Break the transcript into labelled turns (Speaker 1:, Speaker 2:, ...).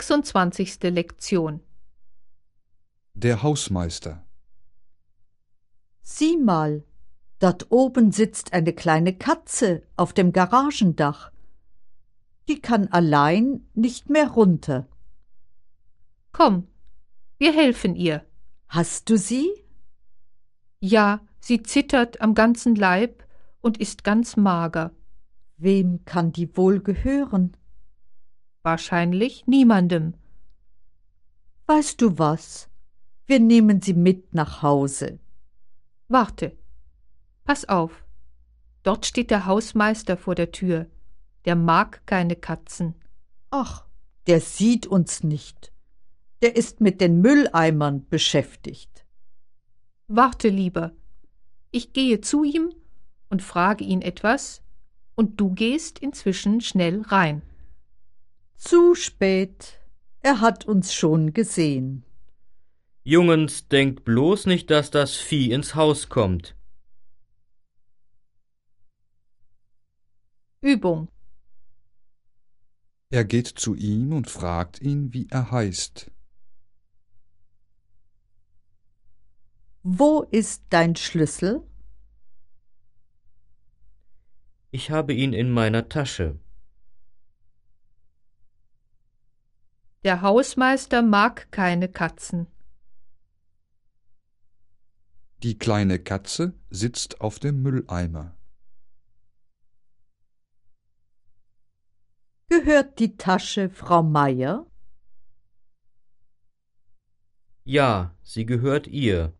Speaker 1: 26. Lektion
Speaker 2: Der Hausmeister.
Speaker 3: Sieh mal, dort oben sitzt eine kleine Katze auf dem Garagendach. Die kann allein nicht mehr runter.
Speaker 1: Komm, wir helfen ihr.
Speaker 3: Hast du sie?
Speaker 1: Ja, sie zittert am ganzen Leib und ist ganz mager.
Speaker 3: Wem kann die wohl gehören?
Speaker 1: Wahrscheinlich niemandem.
Speaker 3: Weißt du was? Wir nehmen sie mit nach Hause.
Speaker 1: Warte. Pass auf. Dort steht der Hausmeister vor der Tür. Der mag keine Katzen.
Speaker 3: Ach, der sieht uns nicht. Der ist mit den Mülleimern beschäftigt.
Speaker 1: Warte lieber. Ich gehe zu ihm und frage ihn etwas, und du gehst inzwischen schnell rein.
Speaker 3: Zu spät. Er hat uns schon gesehen.
Speaker 4: Jungens, denkt bloß nicht, dass das Vieh ins Haus kommt.
Speaker 1: Übung.
Speaker 2: Er geht zu ihm und fragt ihn, wie er heißt.
Speaker 3: Wo ist dein Schlüssel?
Speaker 4: Ich habe ihn in meiner Tasche.
Speaker 1: Der Hausmeister mag keine Katzen.
Speaker 2: Die kleine Katze sitzt auf dem Mülleimer.
Speaker 3: Gehört die Tasche Frau Meier?
Speaker 4: Ja, sie gehört ihr.